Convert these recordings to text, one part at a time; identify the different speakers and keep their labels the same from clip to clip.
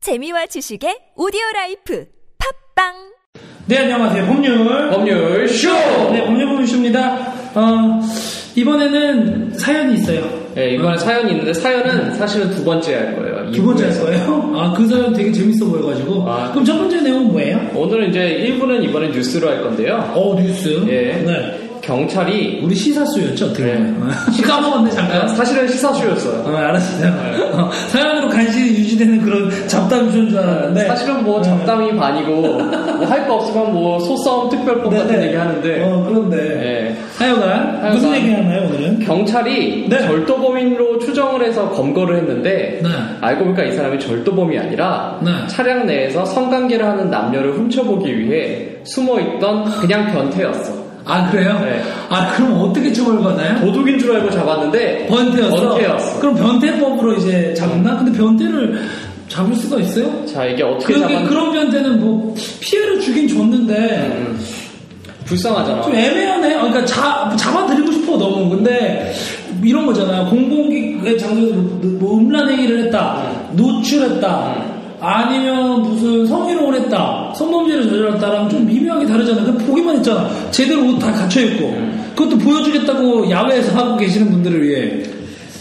Speaker 1: 재미와 지식의 오디오 라이프 팝빵
Speaker 2: 네, 안녕하세요. 법률.
Speaker 3: 법률 쇼!
Speaker 2: 네, 법률 법률쇼입니다. 어, 이번에는 사연이 있어요.
Speaker 3: 네, 이번에 사연이 있는데 사연은 사실은 두 번째 할 거예요.
Speaker 2: 두 번째 할
Speaker 3: 이부에서.
Speaker 2: 거예요? 아, 그 사연 되게 재밌어 보여가지고.
Speaker 3: 아.
Speaker 2: 그럼 첫 번째 내용은 뭐예요?
Speaker 3: 오늘은 이제 1부는 이번에 뉴스로 할 건데요.
Speaker 2: 어, 뉴스.
Speaker 3: 예.
Speaker 2: 네.
Speaker 3: 경찰이
Speaker 2: 우리 시사수였죠, 어떻게 보면.
Speaker 3: 네.
Speaker 2: 아, 까먹었네, 잠깐.
Speaker 3: 사실은 시사쇼였어요.
Speaker 2: 어, 알았어요. 어, 사연으로 간신히 유지되는 그런 잡담쇼인 줄 알았는데.
Speaker 3: 사실은
Speaker 2: 네.
Speaker 3: 뭐 잡담이 반이고 할 거 없으면 뭐 소싸움 특별법
Speaker 2: 네,
Speaker 3: 같은
Speaker 2: 네.
Speaker 3: 얘기 하는데
Speaker 2: 어, 그런데.
Speaker 3: 예.
Speaker 2: 하여간,
Speaker 3: 하여간.
Speaker 2: 무슨 얘기 하나요, 오늘은?
Speaker 3: 경찰이
Speaker 2: 네.
Speaker 3: 절도범인으로 추정을 해서 검거를 했는데
Speaker 2: 네.
Speaker 3: 알고 보니까 이 사람이 절도범이 아니라
Speaker 2: 네.
Speaker 3: 차량 내에서 성관계를 하는 남녀를 훔쳐보기 위해 숨어있던 그냥 변태였어.
Speaker 2: 아, 그래요?
Speaker 3: 네.
Speaker 2: 아, 그럼 어떻게 처벌받나요?
Speaker 3: 도둑인 줄 알고 잡았는데
Speaker 2: 변태였어.
Speaker 3: 변태였어.
Speaker 2: 그럼 변태법으로 이제 잡나? 근데 변태를 잡을 수가 있어요?
Speaker 3: 자 이게 어떻게
Speaker 2: 그러게
Speaker 3: 잡았?
Speaker 2: 그런 변태는 뭐 피해를 주긴
Speaker 3: 음.
Speaker 2: 줬는데
Speaker 3: 불쌍하잖아.
Speaker 2: 좀 애매하네. 아, 그러니까 자, 잡아들이고 싶어 너무. 근데 이런 거잖아. 공공기관 장소에서 뭐 음란행위를 했다, 노출했다.
Speaker 3: 음.
Speaker 2: 아니면 무슨 성희롱을 했다, 성범죄를 저질렀다랑 좀 미묘하게 다르잖아. 그 보기만 했잖아. 제대로 옷 다 갖춰 입고
Speaker 3: 음.
Speaker 2: 그것도 보여주겠다고 야외에서 하고 계시는 분들을 위해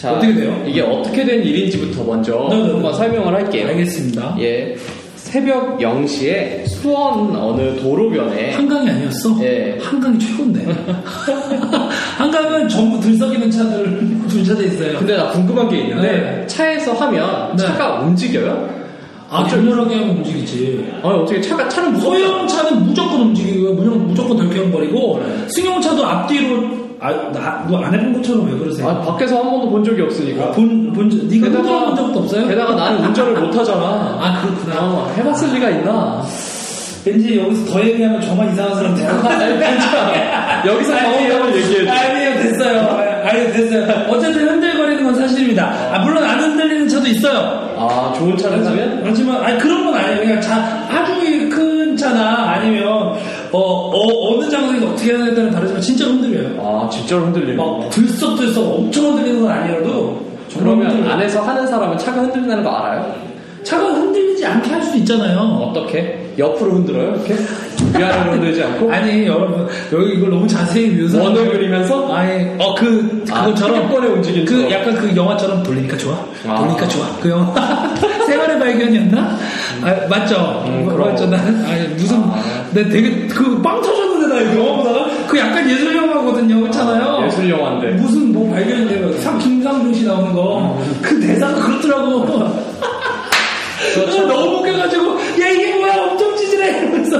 Speaker 3: 자,
Speaker 2: 어떻게 돼요?
Speaker 3: 이게 어떻게 된 일인지부터 먼저
Speaker 2: 네, 네, 네.
Speaker 3: 한번 설명을 할게요.
Speaker 2: 알겠습니다.
Speaker 3: 예, 새벽 0시에 수원 어느 도로변에
Speaker 2: 한강이 아니었어?
Speaker 3: 예.
Speaker 2: 한강이 최고인데. 한강은 전부 들썩이는 차들 둘차돼 있어요.
Speaker 3: 근데 나 궁금한 게 있는데
Speaker 2: 네.
Speaker 3: 차에서 하면
Speaker 2: 네.
Speaker 3: 차가 움직여요?
Speaker 2: 아, 격렬하게 하면 움직이지.
Speaker 3: 아니 어떻게 차가 차는 무서워?
Speaker 2: 소형 차는 무조건 움직이고요. 무조건, 무조건 덜컹거리고
Speaker 3: 네.
Speaker 2: 승용 차도 앞뒤로 아, 나, 너 안 해본 것처럼 왜 그러세요?
Speaker 3: 아 밖에서 한 번도 본 적이 없으니까.
Speaker 2: 본, 본, 적- 네가 아, 운전해본 적도 없어요?
Speaker 3: 아, 게다가 나는 운전을 못 하잖아. 어,
Speaker 2: 아, 그렇구나.
Speaker 3: 해봤을 리가 있나?
Speaker 2: 왠지 여기서 더 얘기하면 저만 이상한 사람 되는 거
Speaker 3: 아니, 진짜. 여기서 경험담을 얘기해줘.
Speaker 2: 아니에요, 됐어요. 아니요, 됐어요. 어쨌든 흔들거리는 건 사실입니다. 아, 물론 안 흔들리는 차도 있어요.
Speaker 3: 아 좋은 차를 타면?
Speaker 2: 하지만 아니 그런 건 아니에요. 그냥 자, 아주 큰 차나 아니면 어, 어, 느 장소에서 어떻게 해야 되는 다르지만 진짜 흔들려요.
Speaker 3: 아 진짜로 흔들리는
Speaker 2: 막
Speaker 3: 거.
Speaker 2: 들썩들썩 엄청 흔들리는 건 아니라도 정말
Speaker 3: 그러면
Speaker 2: 흔들려요.
Speaker 3: 안에서 하는 사람은 차가 흔들린다는 거 알아요?
Speaker 2: 차가 흔들리지 않게 할 수도 있잖아요.
Speaker 3: 어떻게? 옆으로 흔들어요? 이렇게? 위아래로 흔들지 않고?
Speaker 2: 아니 여러분 여기 이걸 너무 자세히 묘사.
Speaker 3: 원을 그리면서?
Speaker 2: 아예 어그
Speaker 3: 아,
Speaker 2: 그것처럼
Speaker 3: 휴대폰에 움직이는
Speaker 2: 그
Speaker 3: 거.
Speaker 2: 약간 그 영화처럼 돌리니까 좋아
Speaker 3: 아.
Speaker 2: 돌리니까 좋아 그 영화 생활의 발견이었나 아, 맞죠
Speaker 3: 음,
Speaker 2: 뭐,
Speaker 3: 그럼.
Speaker 2: 맞죠 나는 아니, 무슨
Speaker 3: 아.
Speaker 2: 내 되게 그 빵 터졌는데 나 이거 영화 보다가 그 약간 예술 영화거든요 그렇잖아요
Speaker 3: 예술 영화인데. 음.
Speaker 2: 무슨 뭐 발견인데 상 김상중 씨 나오는 거 그 대사가 그렇더라고
Speaker 3: 그렇죠.
Speaker 2: 너무 웃겨가지고 야 이게 뭐야 엄청 찌질해 이러면서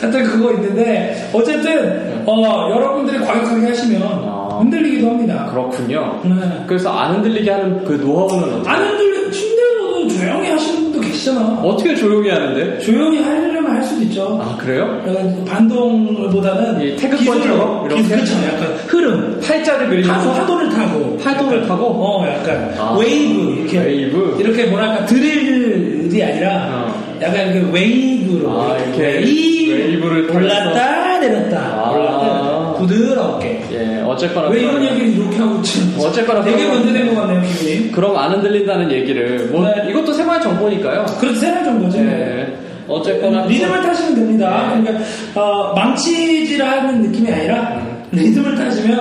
Speaker 2: 하여튼 그거 있는데 어쨌든 어, 여러분들이 과격하게 하시면
Speaker 3: 아.
Speaker 2: 흔들리기도 합니다
Speaker 3: 그렇군요.
Speaker 2: 네.
Speaker 3: 그래서 안 흔들리게 하는 그 노하우는 어떻게?
Speaker 2: 안 흔들리 침대로도 조용히 하시는 분도 계시잖아
Speaker 3: 어떻게 조용히 하는데?
Speaker 2: 조용히 하려면 할 수도 있죠
Speaker 3: 아 그래요?
Speaker 2: 약간 반동보다는
Speaker 3: 이 태극
Speaker 2: 기술로,
Speaker 3: 번쩍 이렇게?
Speaker 2: 기술, 그렇죠 약간 흐름
Speaker 3: 팔자를
Speaker 2: 파도,
Speaker 3: 그리면서
Speaker 2: 파도를 타고
Speaker 3: 파도를 타고
Speaker 2: 어 약간
Speaker 3: 아.
Speaker 2: 웨이브 이렇게
Speaker 3: 웨이브?
Speaker 2: 이렇게 뭐랄까 드릴이 아니라
Speaker 3: 어.
Speaker 2: 약간 그 웨이브로
Speaker 3: 아, 이렇게 웨이브를
Speaker 2: 웨이브 올랐다 내렸다
Speaker 3: 아.
Speaker 2: 올랐다 부드럽게
Speaker 3: 예 어쨌거나
Speaker 2: 왜
Speaker 3: 그런-
Speaker 2: 이런 얘기를 이렇게 하고 지금
Speaker 3: 어쨌거나
Speaker 2: 되게
Speaker 3: 그런-
Speaker 2: 문제된 것 같네요 기분이
Speaker 3: 그럼 안 흔들린다는 얘기를 뭐
Speaker 2: 네.
Speaker 3: 이것도 생활 정보니까요.
Speaker 2: 그렇게 생각 좀 거지
Speaker 3: 예 어쨌거나
Speaker 2: 리듬을 타시면 됩니다
Speaker 3: 네.
Speaker 2: 그러니까 어, 망치질하는 느낌이 아니라 리듬을 타시면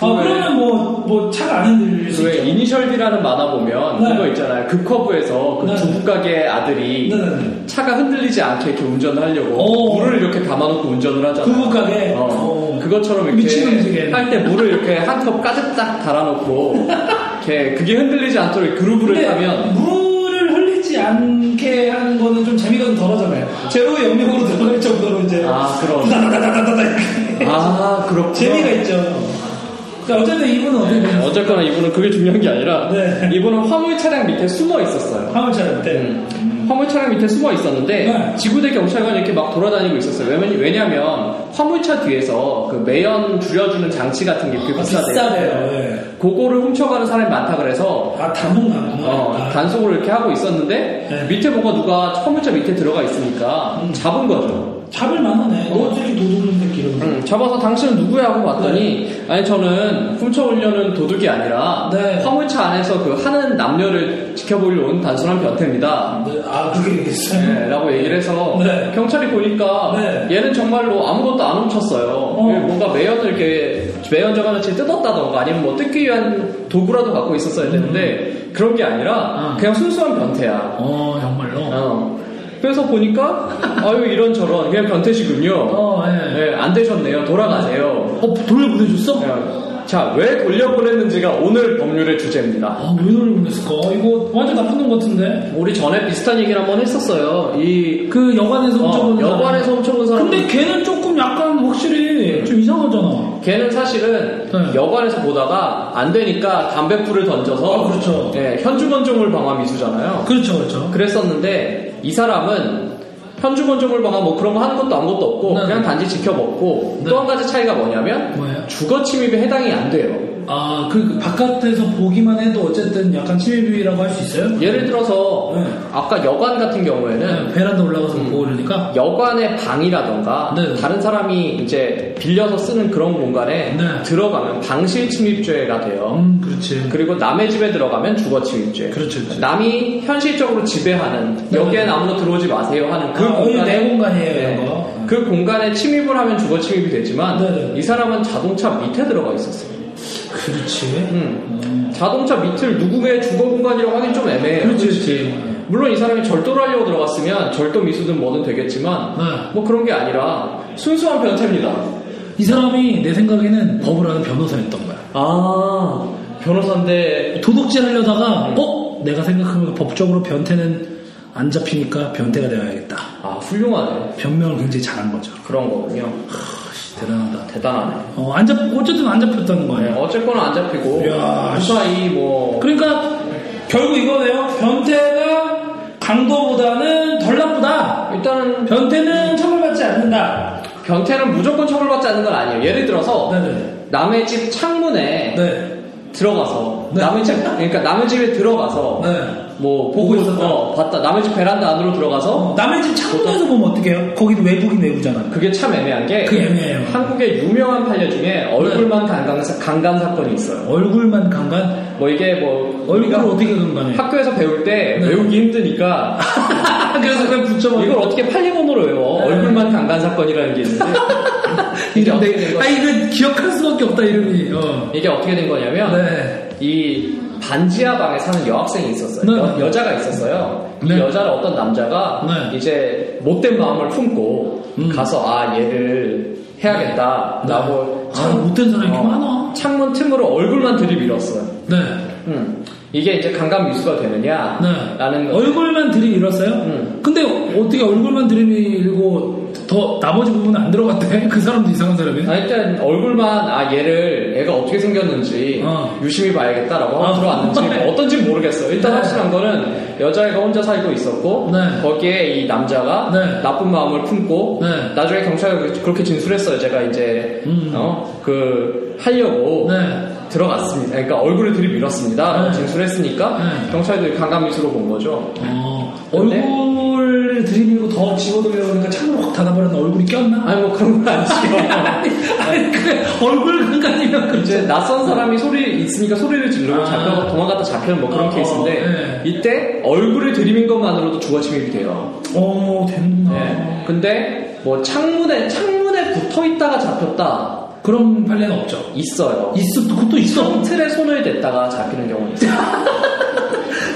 Speaker 2: 어,
Speaker 3: 음. 그 왜-
Speaker 2: 그러면 뭐, 뭐 차가 안 흔들릴 수
Speaker 3: 왜
Speaker 2: 있죠
Speaker 3: 그 이니셜 D라는 만화 보면
Speaker 2: 네.
Speaker 3: 그거 있잖아요. 그 커브에서 그
Speaker 2: 네.
Speaker 3: 부부가게 아들이
Speaker 2: 네네네.
Speaker 3: 차가 흔들리지 않게 이렇게 운전을 하려고
Speaker 2: 오.
Speaker 3: 물을 이렇게 담아놓고 운전을 하잖아요.
Speaker 2: 부부가게?
Speaker 3: 어.
Speaker 2: 어.
Speaker 3: 그것처럼
Speaker 2: 미친 음식에.
Speaker 3: 이렇게 할 때 물을 이렇게 한 컵 가득 딱 달아놓고 이렇게 그게 흔들리지 않도록 그루브를
Speaker 2: 근데
Speaker 3: 타면
Speaker 2: 물을 흘리지 않게 하는 거는 좀 재미가 좀 덜하잖아요. 제로 영역으로 들어갈 정도로 이제
Speaker 3: 아 그럼
Speaker 2: 다다다다다다 이렇게
Speaker 3: 아 그렇구나.
Speaker 2: 재미가 있죠. 그러니까 어쨌든 이분은 어떻게 보면
Speaker 3: 어쨌거나 이분은 그게 중요한 게 아니라
Speaker 2: 네.
Speaker 3: 이분은 화물 차량 밑에 숨어 있었어요.
Speaker 2: 화물차를 때
Speaker 3: 음, 화물 차량 밑에 숨어 있었는데
Speaker 2: 네.
Speaker 3: 지구대 경찰관이 이렇게 막 돌아다니고 있었어요. 왜냐면 왜냐면 화물차 뒤에서 그 매연 줄여주는 장치 같은 게 그게 비싸대요.
Speaker 2: 아, 비싸대요. 예.
Speaker 3: 그거를 훔쳐가는 사람이 많다 그래서
Speaker 2: 아 단독나구나. 아,
Speaker 3: 어, 단속으로 이렇게 하고 있었는데
Speaker 2: 네. 음.
Speaker 3: 밑에 뭔가 누가 화물차 밑에 들어가 있으니까 잡은 거죠.
Speaker 2: 잡을 만하네. 너 어떻게 도둑놈 새끼 이러면서.
Speaker 3: 음, 잡아서 당신은 누구야 하고 봤더니 아니 저는 훔쳐오려는 도둑이 아니라
Speaker 2: 네.
Speaker 3: 화물차 안에서 그 하는 남녀를 지켜보려 온 단순한 변태입니다.
Speaker 2: 네, 아, 그게 있겠어요?
Speaker 3: 네, 라고 얘기를 해서
Speaker 2: 네.
Speaker 3: 경찰이 보니까
Speaker 2: 네.
Speaker 3: 얘는 정말로 아무것도 안 훔쳤어요. 뭔가 매연을 이렇게 매연 저같이 뜯었다던가 아니면 뭐 뜯기 위한 도구라도 갖고 있었어야 되는데 그런 게 아니라
Speaker 4: 아.
Speaker 3: 그냥 순수한 변태야.
Speaker 4: 어, 정말로.
Speaker 3: 어. 그래서 보니까 아유 이런 저런 그냥 변태시군요.
Speaker 4: 어, 예.
Speaker 3: 네, 안 되셨네요. 돌아가세요.
Speaker 4: 어, 돌려보내줬어?
Speaker 3: 네. 자, 왜 돌려보냈는지가 오늘 법률의 주제입니다.
Speaker 2: 아, 왜 노래 보냈을까? 이거 완전 나쁜 놈 같은데?
Speaker 3: 우리 전에 비슷한 얘기를 한번 했었어요. 이
Speaker 2: 그 여관에서
Speaker 3: 어,
Speaker 2: 훔쳐보는 사람.
Speaker 3: 여관에서 훔쳐본 사람.
Speaker 2: 근데 걔는 조금 약간 확실히 좀 이상하잖아.
Speaker 3: 걔는 사실은
Speaker 2: 네.
Speaker 3: 여관에서 보다가 안 되니까 담배불을 던져서
Speaker 2: 아, 그렇죠.
Speaker 3: 예, 현주건조물 방화 미수잖아요.
Speaker 2: 그렇죠, 그렇죠.
Speaker 3: 그랬었는데 이 사람은 현주건조물 방화 뭐 그런 거 하는 것도 아무것도 없고
Speaker 2: 네.
Speaker 3: 그냥 단지 지켜먹고
Speaker 2: 네.
Speaker 3: 또 한 가지 차이가 뭐냐면
Speaker 2: 뭐예요?
Speaker 3: 주거 침입에 해당이 안 돼요.
Speaker 2: 아, 그, 그 바깥에서 보기만 해도 어쨌든 약간 침입이라고 할 수 있어요?
Speaker 3: 예를 들어서
Speaker 2: 네.
Speaker 3: 아까 여관 같은
Speaker 2: 네,
Speaker 3: 경우에는
Speaker 2: 베란다 올라가서 보고 이러니까.
Speaker 3: 여관의 방이라던가
Speaker 2: 네.
Speaker 3: 다른 사람이 이제 빌려서 쓰는 그런 공간에
Speaker 2: 네.
Speaker 3: 들어가면 방실 침입죄가 돼요.
Speaker 2: 음, 그렇지.
Speaker 3: 그리고 남의 집에 들어가면 주거 침입죄.
Speaker 2: 그렇죠, 그렇죠.
Speaker 3: 남이 현실적으로 지배하는
Speaker 2: 네.
Speaker 3: 여기엔 아무도 들어오지 마세요 하는 그
Speaker 2: 아, 거의
Speaker 3: 공간에
Speaker 2: 내 공간이에요, 이런 거.
Speaker 3: 그 공간에 침입을 하면 주거 침입이 되지만
Speaker 2: 네, 네.
Speaker 3: 이 사람은 자동차 밑에 들어가 있었어요.
Speaker 2: 그렇지.
Speaker 3: 음. 자동차 밑을 누구의 주거 공간이라고 하긴 좀 애매해요.
Speaker 2: 그렇지,
Speaker 3: 솔직히.
Speaker 2: 그렇지.
Speaker 3: 물론 이 사람이 절도를 하려고 들어갔으면 절도 미수든 뭐든 되겠지만
Speaker 2: 네.
Speaker 3: 뭐 그런 게 아니라 순수한 변태입니다.
Speaker 4: 이 사람이 내 생각에는 법을 하는 변호사였던 거야.
Speaker 3: 아 변호사인데
Speaker 4: 도둑질
Speaker 2: 음.
Speaker 4: 하려다가, 어? 내가 생각하면 법적으로 변태는 안 잡히니까 변태가 되어야겠다.
Speaker 3: 아 훌륭하네
Speaker 4: 변명을 굉장히 잘한 거죠.
Speaker 3: 그런 거군요.
Speaker 4: 대단하다.
Speaker 3: 대단하네.
Speaker 4: 어, 안 잡, 어쨌든 안 잡혔다는
Speaker 3: 네,
Speaker 4: 거예요.
Speaker 3: 어쨌거나 안 잡히고 그
Speaker 2: 이야,
Speaker 3: 무사히 뭐
Speaker 2: 그러니까 결국 이거네요. 변태가 강도보다는 덜 나쁘다.
Speaker 3: 일단은
Speaker 2: 변태는 처벌받지 않는다.
Speaker 3: 변태는 무조건 처벌받지 않는 건 아니에요. 예를 들어서
Speaker 2: 네네.
Speaker 3: 남의 집 창문에
Speaker 2: 네.
Speaker 3: 들어가서
Speaker 2: 네.
Speaker 3: 남의 집 그러니까 남의 집에 들어가서
Speaker 2: 네.
Speaker 3: 뭐
Speaker 2: 보고
Speaker 3: 보고
Speaker 2: 있었다.
Speaker 3: 어, 봤다 남의 집 베란다 안으로 들어가서
Speaker 2: 어, 남의 집 창문에서 보면 어떡해요? 거긴 외국인 외부잖아.
Speaker 3: 그게 참 애매한 게
Speaker 2: 그게 애매해요. 네.
Speaker 3: 한국의 유명한 판례 중에 얼굴만 강간 사- 강간 사건이 있어요.
Speaker 2: 얼굴만 강간?
Speaker 3: 뭐 이게 뭐
Speaker 2: 얼굴을
Speaker 3: 우리가
Speaker 2: 어떻게 강간해?
Speaker 3: 학교에서 배울 때
Speaker 2: 네.
Speaker 3: 외우기 힘드니까
Speaker 2: 그래서 그냥 붙여봐.
Speaker 3: 이걸 어떻게 팔리본으로 외워?
Speaker 2: 네.
Speaker 3: 얼굴만 강간 사건이라는 게 있는데 이게
Speaker 4: 이름
Speaker 3: 어떻게
Speaker 4: 내,
Speaker 3: 된
Speaker 4: 아,
Speaker 3: 거냐?
Speaker 4: 이거 기억할 수밖에 없다, 이름이. 어.
Speaker 3: 이게 어떻게 된 거냐면
Speaker 4: 네.
Speaker 3: 이 반지하 방에 사는 여학생이 있었어요.
Speaker 4: 네.
Speaker 3: 여, 자가 있었어요. 이
Speaker 4: 네.
Speaker 3: 여자를 어떤 남자가
Speaker 4: 네.
Speaker 3: 이제 못된 마음을 품고 가서 아 얘를 해야겠다라고 어,
Speaker 4: 아, 못된 사람이 이렇게 많아.
Speaker 3: 창문 틈으로 얼굴만 들이밀었어요.
Speaker 4: 네.
Speaker 3: 음. 이게 이제 강간 미수가
Speaker 4: 네.
Speaker 3: 되느냐라는 거.
Speaker 4: 얼굴만 들이밀었어요?
Speaker 3: 음.
Speaker 4: 근데 어떻게 얼굴만 들이밀고 더 나머지 부분은 안 들어갔대? 그 사람도 이상한 사람이야?
Speaker 3: 아, 일단 얼굴만 아 얘를 얘가 어떻게 생겼는지
Speaker 4: 어.
Speaker 3: 유심히 봐야겠다라고 하고
Speaker 4: 아.
Speaker 3: 들어왔는지 뭐 어떤지 모르겠어요. 일단 확실한 거는 여자애가 혼자 살고 있었고
Speaker 4: 네.
Speaker 3: 거기에 이 남자가
Speaker 4: 네.
Speaker 3: 나쁜 마음을 품고
Speaker 4: 네.
Speaker 3: 나중에 경찰에 그렇게 진술했어요. 제가 이제
Speaker 4: 음.
Speaker 3: 어, 그 하려고
Speaker 4: 네.
Speaker 3: 들어갔습니다. 그러니까 얼굴을 들이밀었습니다.
Speaker 4: 네.
Speaker 3: 진술했으니까
Speaker 4: 네.
Speaker 3: 경찰들이 강간미수로 본 거죠.
Speaker 4: 어.
Speaker 3: 근데?
Speaker 2: 얼굴을 들이밀고 더 집어들려고 그러니까 창문을 확 닫아버렸나? 얼굴이 꼈나?
Speaker 3: 아니 뭐 그런 건 아니죠.
Speaker 4: 아니, 그래. 얼굴 강간이면 그렇지.
Speaker 3: 이제 낯선 사람이 소리 있으니까 소리를 지르고
Speaker 4: 아.
Speaker 3: 잡혀 도망갔다 잡히는 뭐 그런
Speaker 4: 어,
Speaker 3: 케이스인데
Speaker 4: 네.
Speaker 3: 이때 얼굴을 들이민 것만으로도 주거 침입이 돼요.
Speaker 2: 어, 됐나.
Speaker 3: 네. 근데 뭐 창문에 창문에 붙어 있다가 잡혔다
Speaker 4: 그런 판례는 없죠.
Speaker 3: 있어요.
Speaker 4: 있어, 그것도 있어.
Speaker 3: 틀에 손을 댔다가 잡히는 경우는 있어요.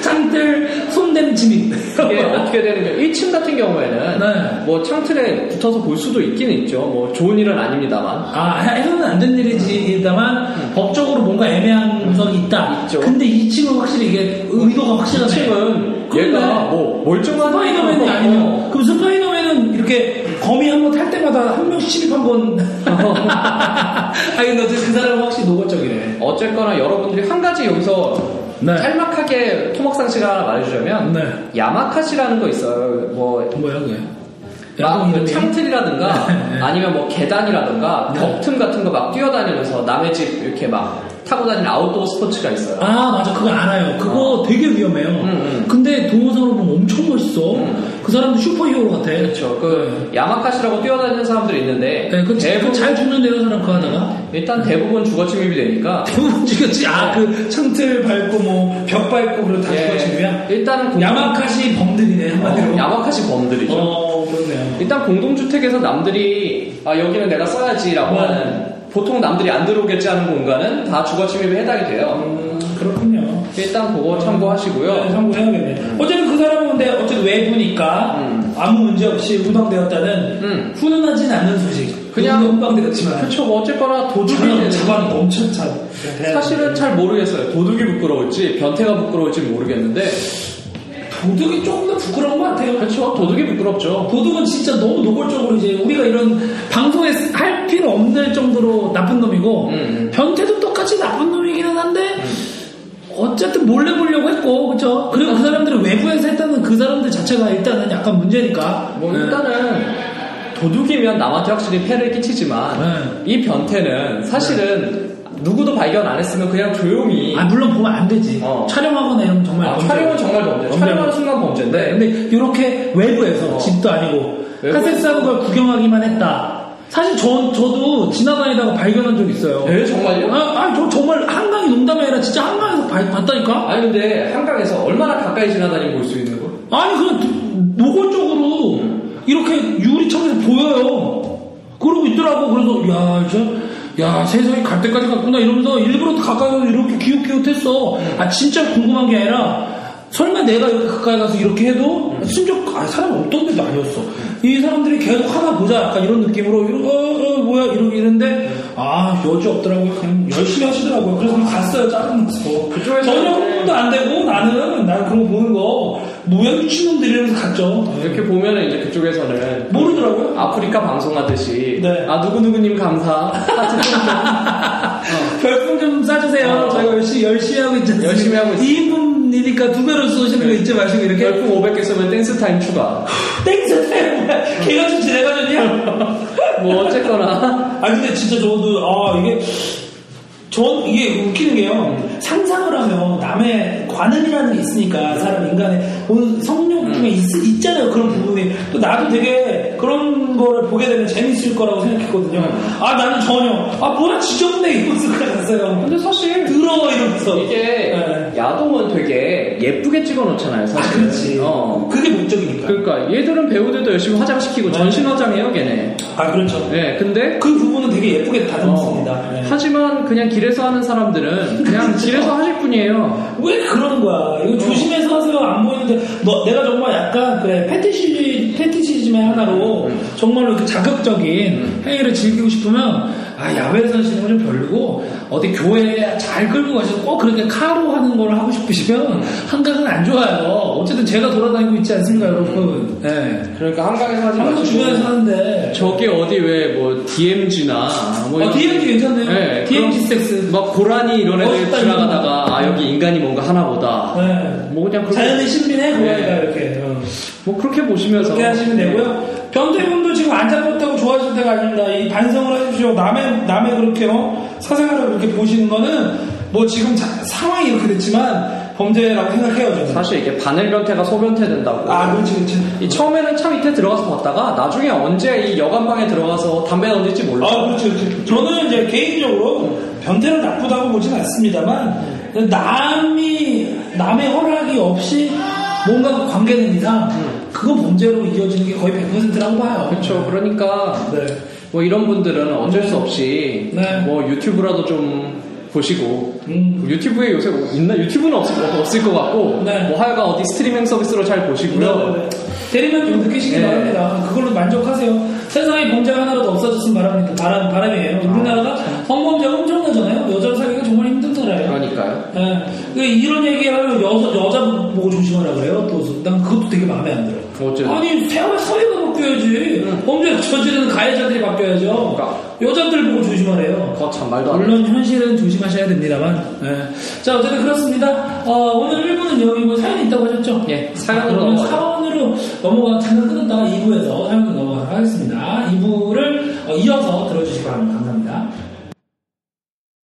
Speaker 4: 창틀 손댄 침입.
Speaker 3: 이게 어떻게 되는 거예요? 1층 같은 경우에는
Speaker 4: 네.
Speaker 3: 뭐 창틀에 붙어서 볼 수도 있긴 있죠. 뭐 좋은 일은 아닙니다만.
Speaker 4: 아, 해서는 안 된 일이지만 법적으로 뭔가 애매한 성이 있다.
Speaker 3: 음. 있죠.
Speaker 4: 근데 이 친구 확실히 이게 의도가 확실하네.
Speaker 3: 층은
Speaker 4: 그런데
Speaker 3: 얘가 뭐 멀쩡한
Speaker 2: 스파이더맨이
Speaker 3: 사람도
Speaker 2: 아니면 그럼 스파이더맨은 이렇게 거미 한 번 탈 때마다 한 명씩 침입한 건
Speaker 3: 어,
Speaker 2: 아니 근데 어쨌든 그 사람은 확실히 노골적이네
Speaker 3: 어쨌거나 여러분들이 한 가지 여기서
Speaker 4: 네.
Speaker 3: 짤막하게 토막상 씨가 하나 말해주자면
Speaker 4: 네.
Speaker 3: 야마카시라는 거 있어요. 뭐
Speaker 4: 뭐야 그게?
Speaker 3: 막
Speaker 2: 아,
Speaker 4: 야동 이름이?
Speaker 3: 창틀이라든가
Speaker 4: 네.
Speaker 3: 아니면 뭐 계단이라든가
Speaker 4: 네.
Speaker 3: 벽틈 같은 거 막 뛰어다니면서 남의 집 이렇게 막 타고 다니는 아웃도어 스포츠가 있어요.
Speaker 4: 아 맞아 그거 알아요. 그거 되게 위험해요.
Speaker 3: 어. 음, 음.
Speaker 4: 근데 동영상으로 보면 엄청 멋있어. 그
Speaker 2: 사람도 슈퍼히어로 같아.
Speaker 3: 그렇죠. 그 야마카시라고 뛰어다니는 사람들이 있는데
Speaker 2: 네, 그,
Speaker 3: 대부분
Speaker 2: 잘 죽는 내가 사람 그 하다가.
Speaker 3: 일단 대부분 주거 침입이 되니까
Speaker 2: 대부분 죽였지. 아, 그 창틀 밟고 뭐, 벽 밟고 그러다
Speaker 3: 예,
Speaker 2: 죽었지, 그냥.
Speaker 3: 일단 공-
Speaker 2: 야마카시 범들이네, 한마디로.
Speaker 3: 야마카시 범들이죠.
Speaker 2: 어, 그러네요.
Speaker 3: 일단 공동주택에서 남들이 아 여기는 내가 써야지라고
Speaker 2: 음.
Speaker 3: 하는 보통 남들이 안 들어오겠지 하는 공간은 다 주거 침입에 해당이 돼요.
Speaker 2: 음, 그렇군요.
Speaker 3: 일단 그거
Speaker 2: 네,
Speaker 3: 참고하시고요.
Speaker 2: 참고해야겠네. 어쨌든 그 사람은 근데 어쨌든 외부니까
Speaker 3: 음.
Speaker 2: 아무 문제 없이 우방되었다는
Speaker 3: 음.
Speaker 2: 훈훈하진 않는 소식.
Speaker 3: 그냥-
Speaker 2: 우방되었지만.
Speaker 3: 그렇죠. 뭐 어쨌거나 도둑이
Speaker 2: 잡아는 네. 잡아는 넘쳐 차.
Speaker 3: 사실은 잘 모르겠어요. 도둑이 부끄러울지 변태가 부끄러울지 모르겠는데
Speaker 2: 도둑이 조금 더 부끄러운 것 같아요.
Speaker 3: 그렇죠. 도둑이 부끄럽죠.
Speaker 2: 도둑은 진짜 너무 노골적으로 이제 우리가 이런 방송에 할 필요 없는 정도로 나쁜 놈이고
Speaker 3: 음, 음.
Speaker 2: 변태도 똑같이 나쁜 놈이기는 한데 어쨌든 몰래 보려고 했고 그렇죠. 그리고 그 사람들은 외부에서 했다는 그 사람들 자체가 일단은 약간 문제니까.
Speaker 3: 뭐
Speaker 2: 네.
Speaker 3: 일단은 도둑이면 남한테 확실히 폐를 끼치지만
Speaker 2: 네.
Speaker 3: 이 변태는 사실은 누구도 발견 안 했으면 그냥 조용히
Speaker 2: 아 물론 보면 네. 안 되지.
Speaker 3: 어.
Speaker 2: 촬영하거나 이런 건 정말.
Speaker 3: 아,
Speaker 2: 범죄.
Speaker 3: 촬영은 정말 범죄.
Speaker 2: 범죄.
Speaker 3: 촬영하는 순간
Speaker 2: 네,
Speaker 3: 범죄인데
Speaker 2: 근데 이렇게 외부에서
Speaker 3: 어.
Speaker 2: 집도 아니고
Speaker 3: 외부에서.
Speaker 2: 카세스하는 걸 구경하기만 했다. 사실 저, 저도 지나다니다가 발견한 적 있어요.
Speaker 3: 에 네, 정말요?
Speaker 2: 아, 아, 저 정말 한강이 농담이 아니라 진짜 한강에서 발- 봤다니까?
Speaker 3: 아니 근데 한강에서 얼마나 가까이 지나다니면 볼 수 있는 거?
Speaker 2: 아니, 그냥 노골적으로 이렇게 유리창에서 보여요. 그러고 있더라고. 그래서, 야, 저, 야, 세상이 갈 때까지 갔구나. 이러면서 일부러 가까이 가서 이렇게 기웃기웃했어. 아, 진짜 궁금한 게 아니라, 설마 내가 이렇게 가까이 가서 이렇게 해도, 심지어, 아, 사람 없던 데도 아니었어. 이 사람들이 계속 하나 보자. 약간 이런 느낌으로, 이러, 어, 어, 뭐야, 이러고 이러는데, 아, 여지 없더라고요. 그냥 열심히 하시더라고요. 그래서 그냥 갔어요, 짜증나서.
Speaker 3: 그쪽에서
Speaker 2: 전혀
Speaker 3: 이제-
Speaker 2: 공부도 안 되고, 나는, 나는 그런 거 보는 거, 뭐야, 미친놈들이라면서 갔죠.
Speaker 3: 이렇게 보면은 이제 그쪽에서는
Speaker 2: 모르더라고요.
Speaker 3: 아프리카 방송하듯이
Speaker 2: 네.
Speaker 3: 아 누구누구님 감사 하트 좀
Speaker 2: 어. 별풍 좀 쏴주세요.
Speaker 3: 아, 어.
Speaker 2: 저희가 열심히, 열심히 하고 있지 않습니까?
Speaker 3: 열심히 하고 네. 있어요.
Speaker 2: 2인분이니까 두 배로 쏘시는 거 잊지 마시고, 이렇게.
Speaker 3: 별풍 500개 쏘면 댄스 타임 추가
Speaker 2: 땡스!
Speaker 3: 네.
Speaker 2: 걔가 좀 지나가졌냐?
Speaker 3: 뭐 어쨌거나
Speaker 2: 아 근데 진짜 저도 아 이게 전 이게 웃기는 게요 상상을 하면 남의 관음이라는 게 있으니까 사람 인간의 오늘
Speaker 3: 음.
Speaker 2: 성욕 중에 있, 잖아요 그런 부분이 또 나도 되게 그런 거를 보게 되면 재밌을 거라고 생각했거든요 아 나는 전혀 아 뭐라 지저분해 이러면서 갔어요 근데 사실 더러워 이러면서
Speaker 3: 이게 아,
Speaker 2: 네.
Speaker 3: 야동은 되게 예쁘게 찍어 놓잖아요
Speaker 2: 아
Speaker 3: 사실
Speaker 2: 그렇지
Speaker 3: 어.
Speaker 2: 그게 목적이니까
Speaker 3: 그러니까 얘들은 배우들도 열심히 화장시키고 전신 화장해요 걔네
Speaker 2: 아 그렇죠
Speaker 3: 네 근데
Speaker 2: 그 부분은 되게 예쁘게 다듬습니다
Speaker 3: 어,
Speaker 2: 네.
Speaker 3: 하지만 그냥 길에서 하는 사람들은 그냥 길에서 하실 뿐이에요.
Speaker 2: 왜 그런 거야? 이거 조심해서 하세요. 안 보이는데 너 내가 정말 약간 그래 패티시 패티시즘의 하나로 정말로 그 자극적인 행위를 즐기고 싶으면 아 야외에서 하시는 건 좀 별로고 어디 교회 잘 끌고 가셔서 꼭 그렇게 카로 하는 걸 하고 싶으시면 한강은 안 좋아요. 어쨌든 제가 돌아다니고 있지 않습니까, 여러분? 예. 네.
Speaker 3: 그러니까 한강에서 하지
Speaker 2: 한강 주변에서 하는데
Speaker 3: 저게 어디 왜 뭐 DMG나 뭐
Speaker 2: 어, DMT 괜찮네요.
Speaker 3: 네,
Speaker 2: DMT
Speaker 3: 그럼-
Speaker 2: 섹스.
Speaker 3: 막 고라니 이런 애들
Speaker 2: 멋있다,
Speaker 3: 지나가다가 아 여기 인간이 뭔가 하나보다.
Speaker 2: 네.
Speaker 3: 뭐 그냥 그렇게
Speaker 2: 자연의 신비네,
Speaker 3: 네.
Speaker 2: 고양이가 이렇게. 어.
Speaker 3: 뭐 그렇게 보시면서
Speaker 2: 그렇게 하시면 되고요. 변태분도 지금 안잡혔다고 좋아하실 때가 아닙니다. 이 반성을 해주시고 남의 남의 그렇게 어? 사생활을 그렇게 보시는 거는 뭐 지금 자- 상황이 이렇게 됐지만 범죄라고 생각해요 저는.
Speaker 3: 사실 이게 바늘 변태가 소변태 된다고.
Speaker 2: 아 그렇지 그렇지.
Speaker 3: 이 처음에는 차 밑에 들어가서 봤다가 나중에 언제 이 여관방에 들어가서 담배 던질지 몰라.
Speaker 2: 아 그렇지 그렇지. 저는 이제 개인적으로 변태를 나쁘다고 보진 않습니다만 남이 남의 허락이 없이 뭔가 그 관계된 이상 그거 범죄로 이어지는 게 거의 100%라고 봐요.
Speaker 3: 그렇죠. 그러니까
Speaker 2: 네.
Speaker 3: 뭐 이런 분들은 어쩔 수 없이
Speaker 2: 네.
Speaker 3: 뭐 유튜브라도 좀 보시고
Speaker 2: 음.
Speaker 3: 유튜브에 요새 뭐 있나 유튜브는 없을, 없을 것 같고
Speaker 2: 네.
Speaker 3: 뭐 하여간 어디 스트리밍 서비스로 잘 보시고요.
Speaker 2: 대리만 좀 느끼시기
Speaker 3: 네.
Speaker 2: 바랍니다. 그걸로 만족하세요. 세상에 범죄가 하나라도 없어졌으면 바랍니다. 바람, 바람이에요.
Speaker 3: 아.
Speaker 2: 우리나라가 성범죄가 엄청나잖아요. 여자를 사귀기가 정말 힘든 나라예요.
Speaker 3: 그러니까요.
Speaker 2: 예. 그 이런 얘기하면 여자, 여자 보고 조심하라 그래요. 또, 난 그것도 되게 마음에 안 들어.
Speaker 3: 어째?
Speaker 2: 아니, 세월 사회가 바뀌어야지. 범죄 저지르는 가해자들이 바뀌어야죠.
Speaker 3: 그러니까.
Speaker 2: 여자들 보고 조심하래요.
Speaker 3: 어, 거참 말도 안 돼.
Speaker 2: 물론 현실은 조심하셔야 됩니다만. 예. 자 어쨌든 그렇습니다. 어, 오늘 1부는 여기고 사연이 있다고 하셨죠? 아,
Speaker 3: 예, 사연으로
Speaker 2: 그러면
Speaker 3: 넘어가죠.
Speaker 2: 사연으로 넘어가 잠깐 끊었다가 2부에서 사연으로 넘어가도록 하겠습니다. 2부를 이어서 어, 들어주시기 바랍니다. 감사합니다.